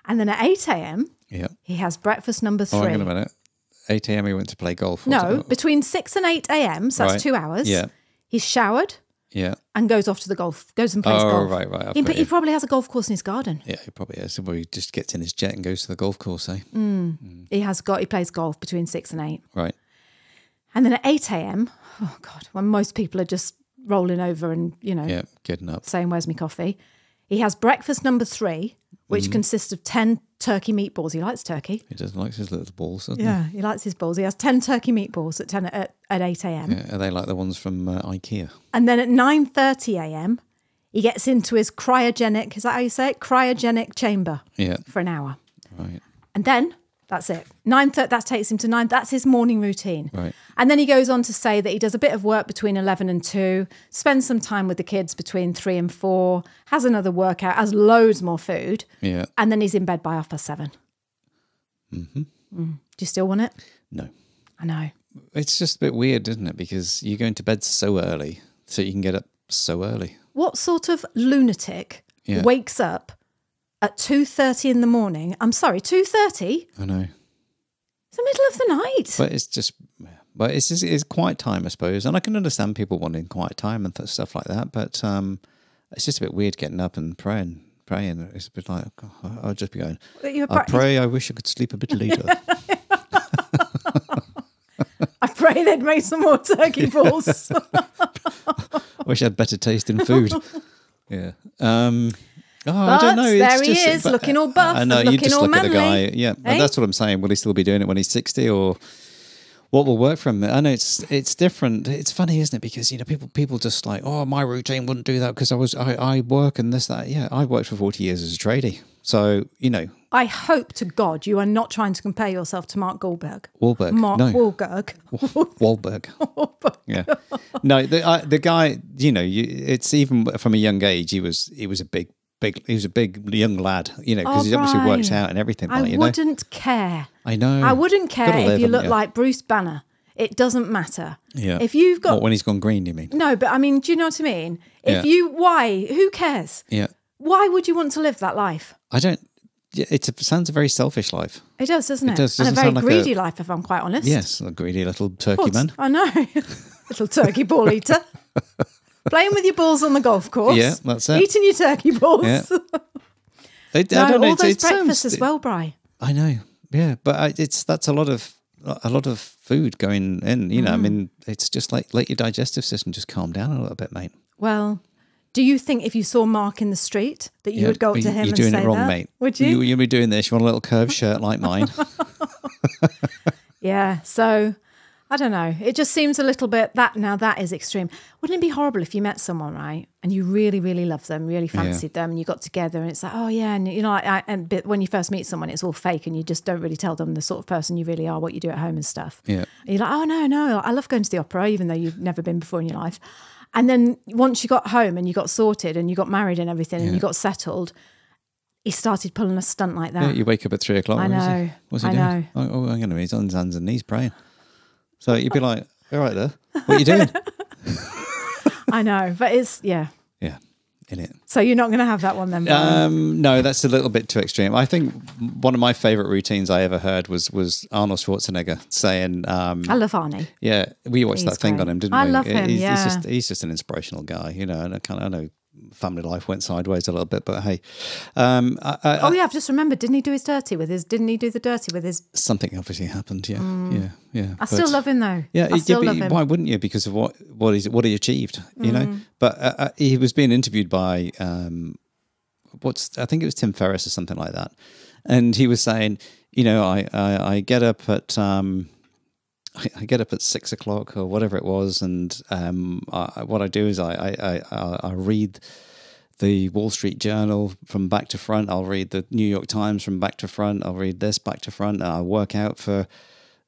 B: And then at 8 a.m.,
A: Yeah.
B: he has breakfast number three.
A: Oh, hang on a minute. Eight a.m. He went to play golf. was
B: No,
A: it?
B: between 6 and 8 a.m., so
A: Right.
B: that's two hours.
A: Yeah.
B: He's showered
A: Yeah.
B: and goes off to the golf, goes and plays
A: Oh,
B: golf.
A: right, right, I've
B: He,
A: got
B: he
A: you.
B: probably has a golf course in his garden.
A: Yeah, he probably is. Well, he just gets in his jet and goes to the golf course, eh?
B: Mm. He has got, he plays golf between 6 and 8.
A: Right.
B: And then at 8 a.m., oh God, when most people are just rolling over and, you know,
A: Yeah, getting up.
B: saying, Where's my coffee? He has breakfast number three, which
A: Mm.
B: consists of 10 turkey meatballs. He likes turkey.
A: He doesn't like his little balls, doesn't
B: Yeah, he likes his balls. He has 10 turkey meatballs at 10 at, at 8 a.m.
A: he? Yeah. Are they like the ones from uh, IKEA?
B: And then at 9:30 a.m., he gets into his cryogenic, is that how you say it? Cryogenic chamber
A: Yeah.
B: for an hour.
A: Right.
B: And then that's it. 9:30 that takes him to 9 that's his morning routine.
A: Right.
B: And then he goes on to say that he does a bit of work between 11 and 2, spends some time with the kids between 3 and 4, has another workout, has loads more food,
A: Yeah.
B: and then he's in bed by half past 7. Mhm.
A: Mm-hmm.
B: Do you still want it?
A: No.
B: I know.
A: It's just a bit weird, isn't it? Because you're going to bed so early, so you can get up so early.
B: what sort of lunatic
A: Yeah.
B: wakes up at 2.30 in the morning i'm sorry 2.30
A: I know.
B: it's the middle of the night
A: But it's just, but it's just, it's quiet time, I suppose. And I can understand people wanting quiet time and th- stuff like that. But um, it's just a bit weird getting up and praying. Praying. It's a bit like, oh, God, I'll just be going,
B: But you were
A: I
B: pra-
A: pray I wish I could sleep a bit later.
B: i pray they'd make some more turkey balls
A: I wish I had better taste in food. yeah. Um, oh, I
B: But
A: don't know. it's
B: there he
A: just- uh,
B: is, looking all buff
A: I know.
B: and
A: you
B: looking
A: just
B: all
A: look at the guy.
B: manly,
A: Yeah, and
B: eh?
A: that's what I'm saying. Will he still be doing it when he's 60 or? What will work for him? I know it's it's different. It's funny, isn't it? Because you know people people just like, oh, my routine wouldn't do that because I was I, I work and this that. Yeah, I worked for forty years as a tradie, so you know
B: i hope to god you are not trying to compare yourself to mark Goldberg.
A: Wahlberg.
B: mark
A: no,
B: Wahlberg.
A: Wahlberg. Yeah. No, the I, the guy, you know, you, it's even from a young age. He was he was a big big he was a big young lad, you know, because
B: Oh,
A: he's obviously worked
B: Brian,
A: out and everything.
B: i
A: like, you know?
B: wouldn't care
A: I know.
B: i wouldn't
A: Gotta
B: care if
A: live,
B: you
A: haven't
B: look like bruce banner it doesn't matter
A: yeah.
B: if you've got
A: What, when he's gone green, you mean?
B: no but i mean do you know what i mean if
A: Yeah.
B: you why who cares
A: Yeah.
B: why would you want to live that life
A: I don't. yeah, It's a, sounds a very selfish life.
B: It does, doesn't it?
A: does.
B: and
A: Doesn't
B: a very
A: sound like
B: greedy
A: a-
B: life, if I'm quite honest.
A: Yes, a greedy little
B: Of
A: turkey
B: course,
A: man.
B: I know. Little turkey ball eater. Playing with your balls on the golf course.
A: Yeah, that's it.
B: Eating your turkey balls.
A: Yeah. I, I
B: No,
A: don't know.
B: all
A: it-
B: those
A: it sounds-
B: breakfasts as well, Bri.
A: I know. Yeah, but I, it's that's a lot of a lot of food going in. You know, I
B: Mm.
A: mean, it's just like let your digestive system just calm down a little bit, mate.
B: Well, do you think if you saw Mark in the street that you
A: Yeah,
B: would go up
A: but
B: to
A: you-
B: him
A: You're
B: and
A: doing
B: say
A: it wrong,
B: that?
A: mate.
B: Would you?
A: You'll be doing this. You want a little curved shirt like mine?
B: Yeah. So I don't know. It just seems a little bit that now that is extreme. Wouldn't it be horrible if you met someone right and you really, really loved them, really fancied them, and you got together and it's like, oh yeah, and you know, I, I, and but when you first meet someone, it's all fake and you just don't really tell them the sort of person you really are, what you do at home and stuff.
A: Yeah.
B: And you're like, oh no, no, I love going to the opera, even though you've never been before in your life. And then once you got home and you got sorted and you got married and everything and you got settled, he started pulling a stunt like that.
A: Yeah, you wake up at three o'clock.
B: I
A: what is he-
B: know,
A: What's he
B: I
A: doing? Oh, oh, I'm going to be on his hands and knees praying. So you'd be like, all right, there. What are you doing?
B: I know, but it's yeah.
A: yeah, in it.
B: So you're not going to have that one then. Brian?
A: Um, no, that's a little bit too extreme. I think one of my favorite routines I ever heard was was Arnold Schwarzenegger saying, um,
B: I love Arnie.
A: "Yeah, we watched
B: He's
A: that thing
B: great.
A: on him, didn't
B: I
A: we?"
B: love him,
A: He's,
B: yeah.
A: he's just he's just an inspirational guy, you know. And I kind of I know family life went sideways a little bit, but hey, um, I, I,
B: Oh yeah, I've just remembered. Didn't he do his dirty with his? Didn't he do the dirty with his?
A: something obviously happened. Yeah, yeah, yeah.
B: Mm. I still
A: But-
B: love him though.
A: Yeah,
B: I
A: it-
B: still
A: yeah,
B: love
A: but
B: him. Mm.
A: why wouldn't you? Because of what what is what he achieved, you know. But uh, uh, he was being interviewed by um, what's I think it was Tim Ferriss or something like that, and he was saying, you know, I I, I get up at um, I, I get up at six o'clock or whatever it was, and um, I, what I do is I I, I- I I read the Wall Street Journal from back to front. I'll read the New York Times from back to front. I'll read this back to front. I work out for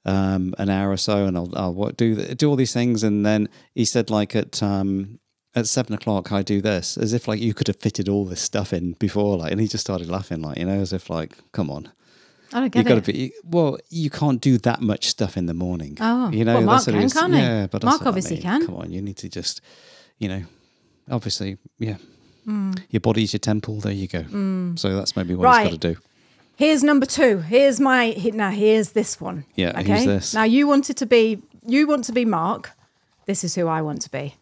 A: um, an hour or so, and I'll, I'll what, do th- do all these things. And then he said, like at um, at seven o'clock, I do this, as if like you could have fitted all this stuff in before, like. And he just started laughing, like you know, as if like, come on,
B: I don't
A: you
B: get
A: got to
B: it.
A: be well. You can't do that much stuff in the morning.
B: Oh,
A: you know,
B: well, Mark
A: that's what he
B: can,
A: was-
B: can't he?
A: yeah, but that's
B: Mark
A: what I
B: obviously
A: mean.
B: can.
A: Come on, you need to just, you know, obviously, yeah.
B: Hmm.
A: Your body's your temple. There you go. So that's maybe what he's
B: Right.
A: got to do.
B: Here's number two. Here's my. he- Now here's this one.
A: Yeah, who's this?
B: Now you wanted to be. You want to be Mark. This is who I want to be.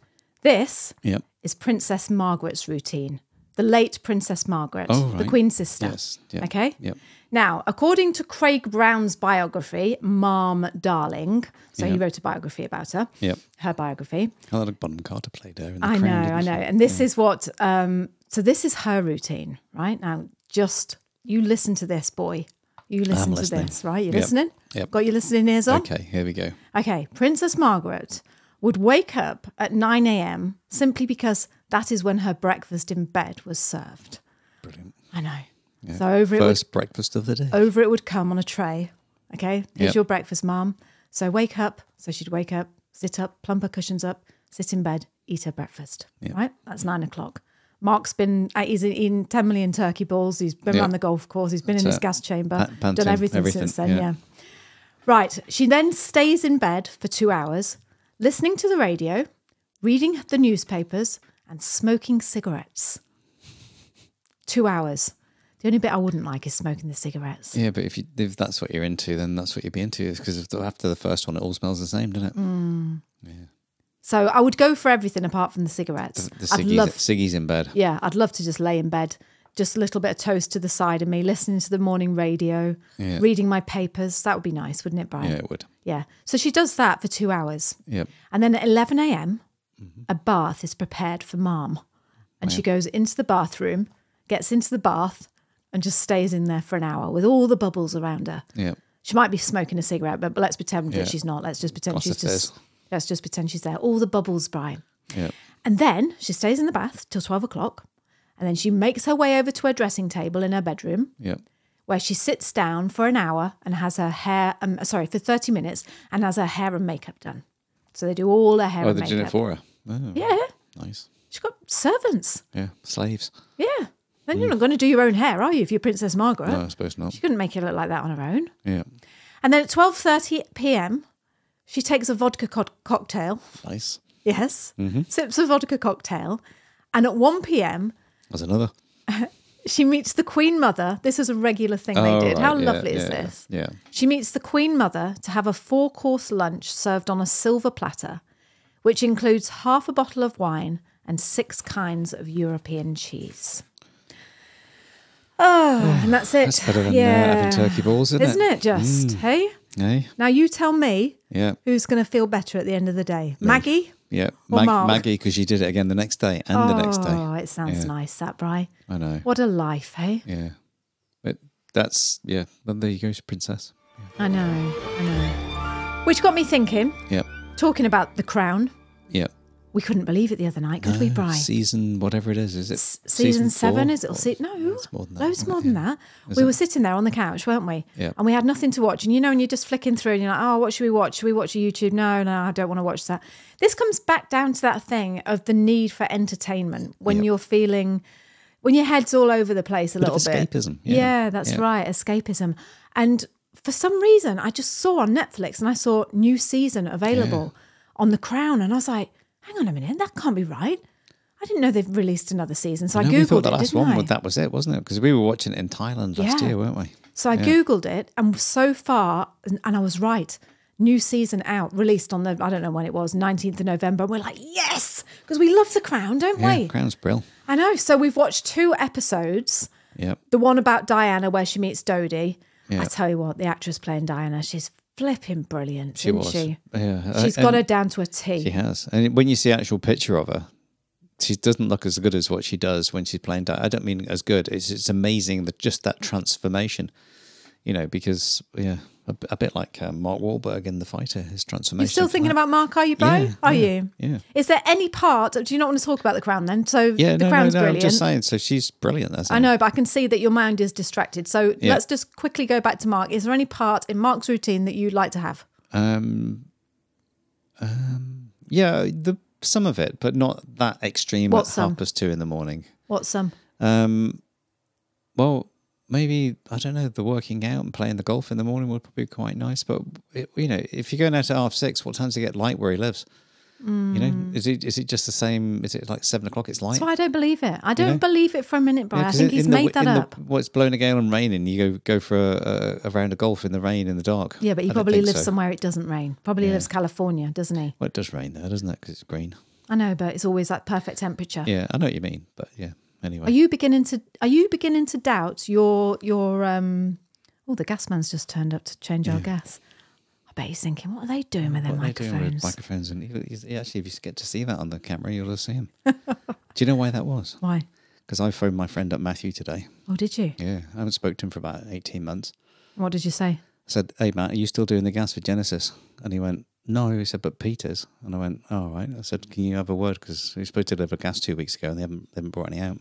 B: This
A: Yep.
B: is Princess Margaret's routine. The late Princess Margaret,
A: Oh,
B: the
A: right.
B: Queen's sister.
A: Yes, yeah,
B: Okay.
A: yep.
B: Now, according to Craig Brown's biography, Mom Darling, so he
A: Yeah.
B: wrote a biography about her.
A: Yep.
B: Her biography.
A: I had a Bonham Carter played there. In the
B: I know,
A: crown,
B: I
A: didn't
B: know.
A: she?
B: And this is what, um, so this is her routine, right? Now, just you listen to this, boy. You listen to
A: listening.
B: this, right? You're
A: Yep,
B: listening?
A: yep.
B: Got your listening ears on?
A: Okay, here we go.
B: Okay, Princess Margaret would wake up at 9 a.m. simply because that is when her breakfast in bed was served.
A: Brilliant.
B: I know. So over it, would,
A: First breakfast of the day.
B: over it would come on a tray. Okay, here's
A: Yep.
B: your breakfast, mom. So wake up. So she'd wake up, sit up, plump her cushions up, sit in bed, eat her breakfast. Right? That's nine o'clock. Mark's been, uh, he's eaten 10 million turkey balls. He's been
A: Yep.
B: around the golf course. He's been in
A: That's
B: his
A: it.
B: gas chamber,
A: Pa- Pantene,
B: done everything,
A: everything,
B: since then.
A: yeah.
B: yeah. Right. She then stays in bed for two hours, listening to the radio, reading the newspapers, and smoking cigarettes. Two hours. The only bit I wouldn't like is smoking the cigarettes.
A: Yeah, but if, you, if that's what you're into, then that's what you'd be into. Because after the first one, it all smells the same, doesn't it?
B: Mm. So I would go for everything apart from the cigarettes.
A: The
B: I'd
A: Siggy's,
B: love,
A: Siggy's in bed.
B: yeah, I'd love to just lay in bed, just a little bit of toast to the side of me, listening to the morning radio,
A: Yeah.
B: reading my papers. That would be nice, wouldn't it, Brian?
A: Yeah, it would.
B: Yeah. So she does that for two hours.
A: Yep.
B: And then at 11 a.m.,
A: Mm-hmm.
B: a bath is prepared for mom. And she goes into the bathroom, gets into the bath, and just stays in there for an hour with all the bubbles around her.
A: Yep.
B: She might be smoking a cigarette, but, but let's pretend
A: Yeah.
B: that she's not. Let's just pretend
A: Glass
B: she's
A: of fizz.
B: just. Let's just pretend she's there. All the bubbles, Brian.
A: Yep.
B: And then she stays in the bath till 12 o'clock. And then she makes her way over to her dressing table in her bedroom
A: Yep.
B: where she sits down for an hour and has her hair, um, sorry, for 30 minutes and has her hair and makeup done. So they do all her hair
A: Oh,
B: and
A: they're
B: makeup.
A: doing it for her. Oh,
B: Yeah,
A: Nice.
B: she's got servants.
A: Yeah. Slaves.
B: Yeah. Then you're not going to do your own hair, are you, if you're Princess Margaret?
A: Hmm. No, I suppose not.
B: She couldn't make it look like that on her own.
A: Yeah.
B: And then at 12.30 p.m., she takes a vodka co- cocktail.
A: Nice.
B: Yes.
A: Mm-hmm.
B: Sips a vodka cocktail. And at 1 p.m.,
A: There's another.
B: she meets the Queen Mother. This is a regular thing
A: Oh,
B: they did. How
A: right, yeah,
B: lovely is
A: yeah,
B: this?
A: Yeah.
B: She meets the Queen Mother to have a four course lunch served on a silver platter, which includes half a bottle of wine and six kinds of European cheese. Oh, and that's it.
A: That's better than uh, having turkey balls, isn't, Mm.
B: Isn't it just? Hey?
A: Hey,
B: Now you tell me
A: yeah,
B: who's going to feel better at the end of the day. Maggie?
A: yeah.
B: Or Mark.
A: Maggie, because you did it again the next day and the next
B: Oh,
A: day.
B: it sounds
A: Yeah.
B: nice, that, Bri.
A: I know.
B: What a life, hey?
A: Yeah, but that's yeah. Well, there you go, princess.
B: I know, I know. Which got me thinking,
A: Yep,
B: talking about The Crown.
A: yep.
B: We couldn't believe it the other night, could we, Bri?
A: Season whatever it is, is it
B: S- season, seven
A: four? Oh,
B: is it? Or se- no,
A: it's more than that,
B: loads
A: isn't
B: more
A: it?
B: than
A: Yeah.
B: that.
A: Is
B: we
A: it?
B: were sitting there on the couch, weren't we?
A: Yeah.
B: And we had nothing to watch. And you know, and you're just flicking through, and you're like, oh, what should we watch? Should we watch a YouTube? No, no, I don't want to watch that. This comes back down to that thing of the need for entertainment when
A: Yep.
B: you're feling, when your head's all over the place a
A: Bit of
B: little bit.
A: escapism,
B: Yeah,
A: yeah.
B: that's
A: Yeah.
B: right, escapism. And for some reason, I just saw on Netflix, and I saw new season available on The Crown, and I was like, hang on a minute, that can't be right. I didn't know they've released another season, so I,
A: No,
B: googled
A: we thought the
B: it,
A: last
B: didn't
A: one
B: I?
A: well, that was it, wasn't it? Because we were watching it in Thailand last
B: Yeah.
A: year, weren't we?
B: so I googled it, and so far, and, and I was right. New season out, released on the I don't know when it was, nineteenth of November. And we're like, yes, because we love The Crown, don't
A: Yeah,
B: we?
A: Crown's brill.
B: I know. So we've watched two episodes.
A: Yep.
B: The one about Diana where she meets Dodie. I
A: Yeah.
B: tell you what, the actress playing Diana, she's flipping brilliant,
A: She
B: isn't
A: was.
B: she?
A: Yeah.
B: She's
A: Uh,
B: got
A: and
B: her down to a T.
A: She has. And when you see actual picture of her, she doesn't look as good as what she does when she's playing. Di- I don't mean as good. It's it's amazing that just that transformation, you know, because yeah, a, b- a bit like uh, Mark Wahlberg in The Fighter, his transformation.
B: You're still
A: from
B: thinking
A: that.
B: about Mark, are you, Bo?
A: Yeah,
B: are
A: yeah,
B: you?
A: yeah.
B: Is there any part? Do you not want to talk about the crown then? So
A: Yeah,
B: the
A: no,
B: crown's
A: no, no.
B: brilliant.
A: I'm just saying. So she's brilliant. That's
B: I know, but I can see that your mind is distracted. So
A: Yeah.
B: let's just quickly go back to Mark. Is there any part in Mark's routine that you'd like to have?
A: Um, um, yeah, the some of it, but not that extreme
B: What
A: at
B: some?
A: half past two in the morning.
B: What's some?
A: Um, well, maybe I don't know. The working out and playing the golf in the morning would probably be quite nice. But it, you know, if you're going out at half six, what time's it get light where he lives? You know, is it is it just the same? Is it like seven o'clock? It's light.
B: Mm. That's why I don't believe it. I don't
A: know?
B: believe it for a minute, Brian. I
A: 'cause
B: think
A: in-
B: he's
A: in the
B: made
A: wi-
B: that
A: in the-
B: up.
A: well, it's blowing a gale and raining. You go go for a, a, a round of golf in the rain in the dark.
B: yeah, but he
A: I don't
B: probably
A: think
B: lives
A: so.
B: somewhere it doesn't rain. Probably lives California, doesn't he?
A: Well, it does rain there, doesn't it? Because it's green.
B: I know, but it's always that perfect temperature.
A: Yeah, I know what you mean, but yeah. Anyway,
B: Are you beginning to are you beginning to doubt your your um oh the gas man's just turned up to change our gas. I bet he's thinking, what are they doing with their
A: What are they doing with
B: microphones?
A: microphones? And you- you- actually, if you get to see that on the camera, you'll see him. Do you know why that was?
B: Why?
A: Because I phoned my friend up Matthew today.
B: Oh, did you?
A: Yeah, I haven't spoken to him for about eighteen months.
B: What did you say?
A: I said, "Hey Matt, are you still doing the gas for Genesis?" And he went, "No." He said, "But Peters." And I went, "Oh, "All right." I said, "Can you have a word? Because we were supposed to deliver gas two weeks ago, and they haven't, they haven't brought any out."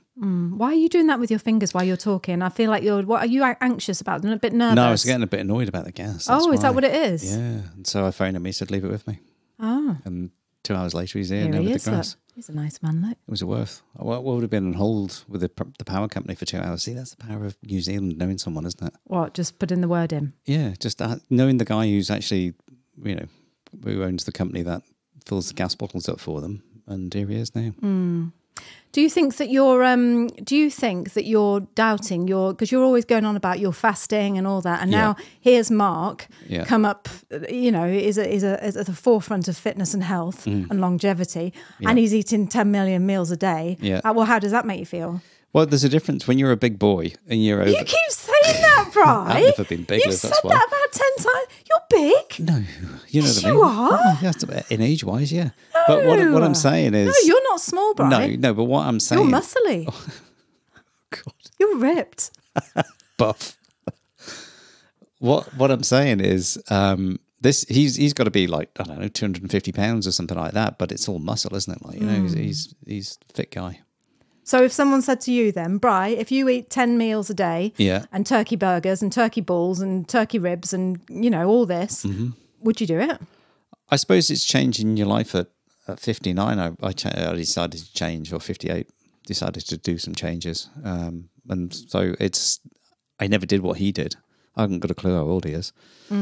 B: Why are you doing that with your fingers while you're talking? I feel like you're. What are you anxious about? A bit nervous.
A: No, I was getting a bit annoyed about the gas. that's
B: Oh, is that
A: why.
B: what it is?
A: Yeah. And so I phoned him. He said, "Leave it with me."
B: Oh,
A: And two hours later, he's here
B: here
A: now
B: he
A: with
B: is.
A: the
B: Look.
A: grass.
B: He's a nice man, look.
A: It was a worth. What what would have been on hold with the, p- the power company for two hours? See, that's the power of New Zealand knowing someone, isn't it?
B: What? Just putting the word in.
A: Yeah, just that, knowing the guy who's actually, you know, who owns the company that fills the gas bottles up for them. And here he is now.
B: Do you think that you're? Um, do you think that you're doubting your? Because you're always going on about your fasting and all that, and now
A: Yeah.
B: here's Mark
A: Yeah.
B: come up. You know, is a, is, a, is at the forefront of fitness and health
A: Mm.
B: and longevity, and he's eating ten million meals a day.
A: Yeah.
B: Uh, well, how does that make you feel?
A: Well, there's a difference when you're a big boy and you're over.
B: You keep saying that, Bry.
A: I've never been big,
B: You've
A: Liz,
B: said
A: that's why.
B: that about ten times. You're big.
A: no, you know
B: Yes,
A: what I mean.
B: you are.
A: Oh, yes, in age wise, yeah. But what, what I'm saying is.
B: No, you're not small, Bry.
A: no, no, but what I'm saying.
B: You're muscly.
A: God.
B: You're ripped.
A: buff. what what I'm saying is, um, this he's he's got to be like I don't know, 250 pounds or something like that. But it's all muscle, isn't it? Like you know, he's he's, he's a fit guy.
B: So if someone said to you then, Bry, if you eat 10 meals a day
A: Yeah.
B: and turkey burgers and turkey balls and turkey ribs and, you know, all this,
A: Mm-hmm.
B: would you do it?
A: I suppose it's changing your life at, at 59. I I, cha- I decided to change, or 58, decided to do some changes. Um, and so it's I never did what he did. I haven't got a clue how old he is.
B: You're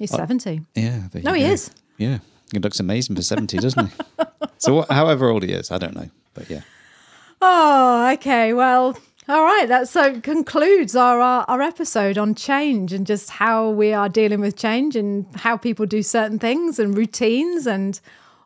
A: Uh,
B: 70.
A: Yeah. there
B: No,
A: you
B: he
A: go.
B: is.
A: Yeah. He looks amazing for 70, doesn't he? So, what, however old he is, I don't know. But yeah.
B: Oh, okay. Well, all right. That so concludes our, our our episode on change and just how we are dealing with change and how people do certain things and routines and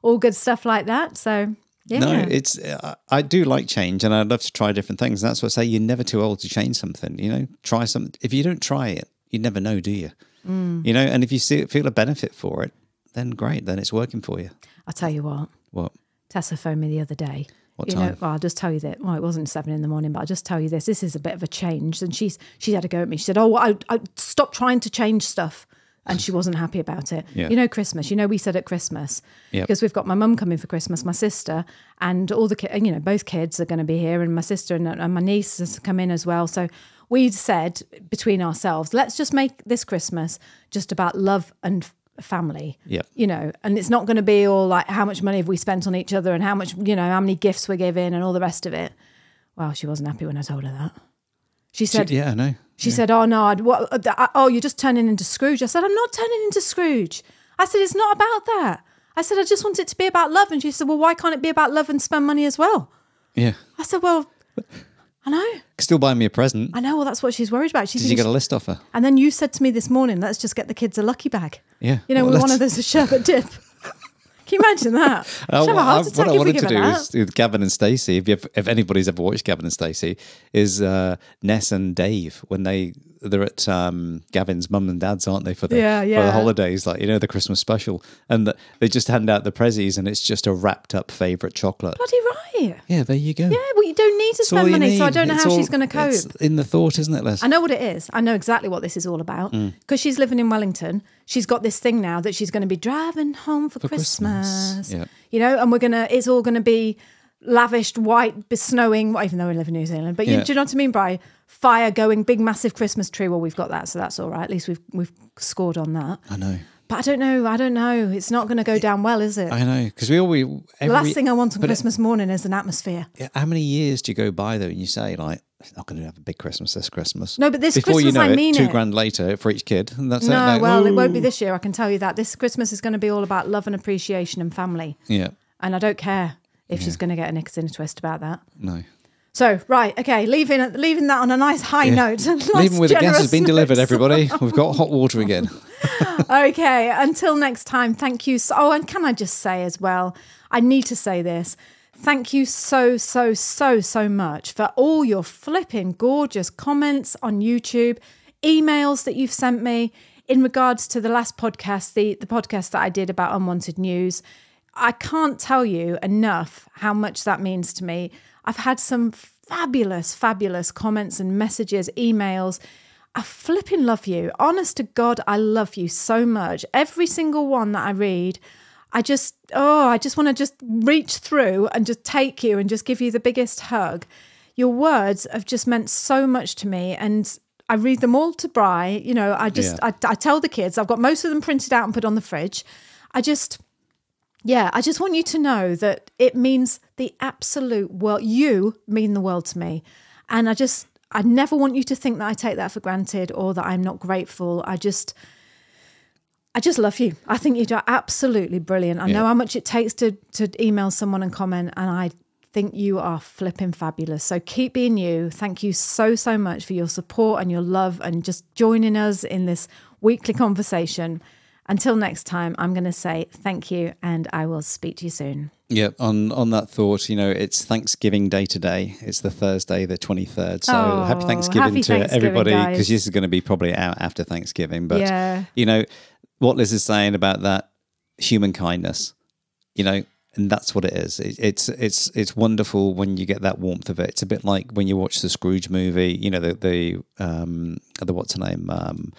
B: all good stuff like that. So Yeah.
A: No, it's I- I do like change, and I love to try different things. And that's what I say. You're never too old to change something. You know, try something. If you don't try it, you never know, do you?
B: Mm.
A: You know, and if you see, feel a benefit for it, then great. Then it's working for you.
B: I'll tell you what.
A: What?
B: Tessa phoned me the other day.
A: What
B: you
A: time?
B: Know, well, I'll just tell you that. Well, it wasn't seven in the morning, but I'll just tell you this. This is a bit of a change, and she's she had a go at me. She said, "Oh, I, I stopped trying to change stuff," and she wasn't happy about it.
A: Yeah.
B: You know, Christmas. You know, we said at Christmas
A: Yep.
B: because we've got my mum coming for Christmas, my sister, and all the ki- you know both kids are going to be here, and my sister and, and my niece has come in as well. So we said between ourselves, let's just make this Christmas just about love and f- family
A: Yep.
B: you know, and it's not going to be all like how much money have we spent on each other and how much, you know, how many gifts we're giving and all the rest of it. Well, she wasn't happy when I told her that. She said, she,
A: yeah, I know.
B: said, oh no, I'd, what, uh, th- I- oh, you're just turning into Scrooge. I said, I'm not turning into Scrooge. I said, it's not about that. I said, I just want it to be about love. And she said, well, why can't it be about love and spend money as well?
A: Yeah,
B: I said, well, I know,
A: still buy me a present.
B: I know. Well, that's what she's worried about. She
A: Did you get a list offer?
B: and then you said to me this morning, let's just get the kids a lucky bag.
A: Yeah.
B: You know,
A: Well,
B: we wanted
A: that's-
B: there's a sherbet dip. Can you imagine that?
A: Uh,
B: She'd have a
A: what I-
B: heart
A: what
B: attack
A: I
B: if we
A: wanted
B: give
A: to
B: her
A: do
B: that.
A: is with Gavin and Stacey, if, you've- if anybody's ever watched Gavin and Stacey, is uh, Ness and Dave when they they're at um, Gavin's mum and dad's, aren't they, for the
B: Yeah,
A: for
B: yeah.
A: the holidays, like you know the Christmas special, and the, they just hand out the prezzies, and it's just a wrapped up favourite chocolate.
B: Bloody right.
A: Yeah, there you go.
B: Yeah, well, you don't need to
A: all
B: spend
A: you
B: money, so I
A: need.
B: don't know
A: It's
B: how
A: all-
B: she's going to cope.
A: It's in the thought, isn't it, Les?
B: I know what it is. I know exactly what this is all about
A: Mm.
B: because she's living in Wellington. She's got this thing now that she's going to be driving home for,
A: Christmas.
B: Christmas.
A: Yeah.
B: You know, and we're going to, it's all going to be lavished, white, be snowing, well, even though we live in New Zealand. But
A: Yeah.
B: you, do you know what I mean by fire going, big, massive Christmas tree? Well, we've got that, so that's all right. At least we've, we've scored on that.
A: I know.
B: But I don't know. I don't know. It's not going to go down well, is it?
A: I know because we always
B: the
A: every,
B: last thing I want on
A: but it-
B: Christmas morning is an atmosphere.
A: How many years do you go by though, and you say like, "I'm not going to have a big Christmas this Christmas"?
B: No, but this
A: before you
B: Christmas,
A: know
B: I
A: it,
B: mean
A: two
B: it.
A: grand later for each kid, and that's
B: No,
A: it. like,
B: well, it won't
A: "Ooh."
B: be this year. I can tell you that. This Christmas is going to be all about love and appreciation and family.
A: Yeah,
B: And I don't care if she's going to get an X in a twist about that.
A: no.
B: So, right, okay, leaving leaving that on a nice high note. a nice
A: Leaving with the gas has
B: generous
A: been delivered,
B: note.
A: everybody. We've got hot water again.
B: okay, until next time, thank you. So, oh, and can I just say as well, I need to say this. Thank you so, so, so, so much for all your flipping gorgeous comments on YouTube, emails that you've sent me in regards to the last podcast, the, the podcast that I did about unwanted news. I can't tell you enough how much that means to me. I've had some fabulous, fabulous comments and messages, emails. I flipping love you. Honest to God, I love you so much. Every single one that I read, I just, oh, I just want to just reach through and just take you and just give you the biggest hug. Your words have just meant so much to me. And I read them all to Bry. You know, I just,
A: Yeah.
B: I, I tell the kids, I've got most of them printed out and put on the fridge. I just, yeah, I just want you to know that it means the absolute world. You mean the world to me. And I just, I never want you to think that I take that for granted or that I'm not grateful. I just, I just love you. I think you are absolutely brilliant. I know how much it takes to to email someone and comment, and I think you are flipping fabulous. So keep being you. Thank you so so much for your support and your love and just joining us in this weekly conversation. Until next time, I'm going to say thank you, and I will speak to you soon.
A: Yeah, on on that thought, you know, it's Thanksgiving Day today. It's the Thursday, the twenty third. So
B: Oh,
A: happy Thanksgiving
B: happy
A: to
B: Thanksgiving,
A: everybody
B: guys.
A: because this is going to be probably out after Thanksgiving. But
B: Yeah.
A: you know what Liz is saying about that human kindness, you know, and that's what it is. It, it's it's it's wonderful when you get that warmth of it. It's a bit like when you watch the Scrooge movie, you know, the the um the what's her name um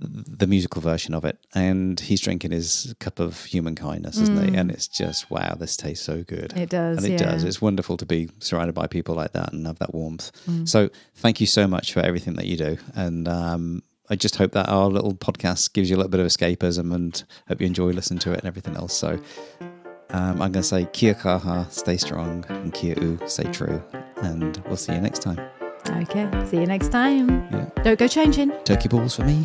A: the musical version of it, and he's drinking his cup of human kindness, isn't he? And it's just wow, this tastes so good.
B: Mm. It does,
A: and it
B: yeah.
A: does. It's wonderful to be surrounded by people like that and have that warmth. So thank you so much for everything that you do, and um, I just hope that our little podcast gives you a little bit of escapism, and hope you enjoy listening to it and everything else. So. Um, I'm going to say kia kaha, stay strong, and kia u, stay true. And we'll see you next time.
B: Okay, see you next time.
A: Yeah.
B: Don't go changing.
A: Turkey balls for me.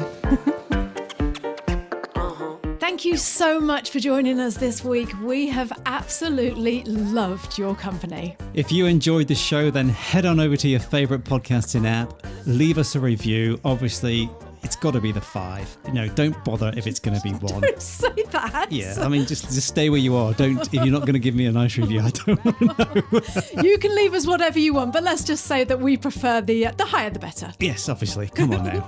B: Thank you so much for joining us this week. We have absolutely loved your company.
I: If you enjoyed the show, then head on over to your favorite podcasting app, leave us a review. Obviously,
A: it's got to be the five. You know, don't bother if it's going to be one.
B: Don't say that.
A: Yeah, I mean, just just stay where you are. Don't if you're not going to give me a nice review, I don't want to know.
B: You can leave us whatever you want, but let's just say that we prefer the uh, the higher the better.
A: Yes, obviously. Come on now.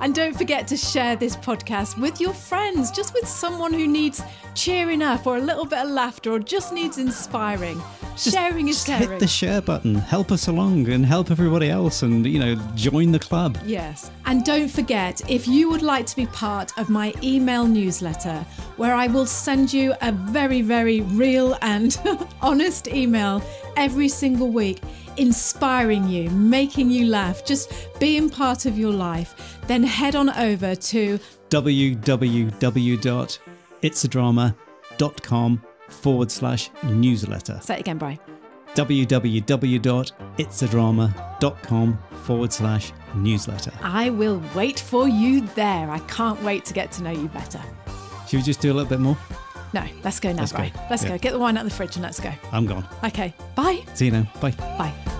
B: And don't forget to share this podcast with your friends, just with someone who needs cheering up or a little bit of laughter or just needs inspiring. Sharing is
A: Just
B: caring.
A: hit the share button. Help us along and help everybody else, and you know, join the club.
B: Yes. And don't forget, if you would like to be part of my email newsletter, where I will send you a very, very real and honest email every single week, inspiring you, making you laugh, just being part of your life, then head on over to
A: www.itsadrama.com forward slash newsletter.
B: say it again, Bri.
A: www.itsadrama.com forward slash newsletter.
B: I will wait for you there. I can't wait to get to know you better.
A: Should we just do a little bit more?
B: No, let's go now,
A: Let's go.
B: Bri. Let's
A: Yeah.
B: go. Get the wine out of the fridge and let's go.
A: I'm gone.
B: Okay. Bye.
A: See you now. Bye.
B: Bye.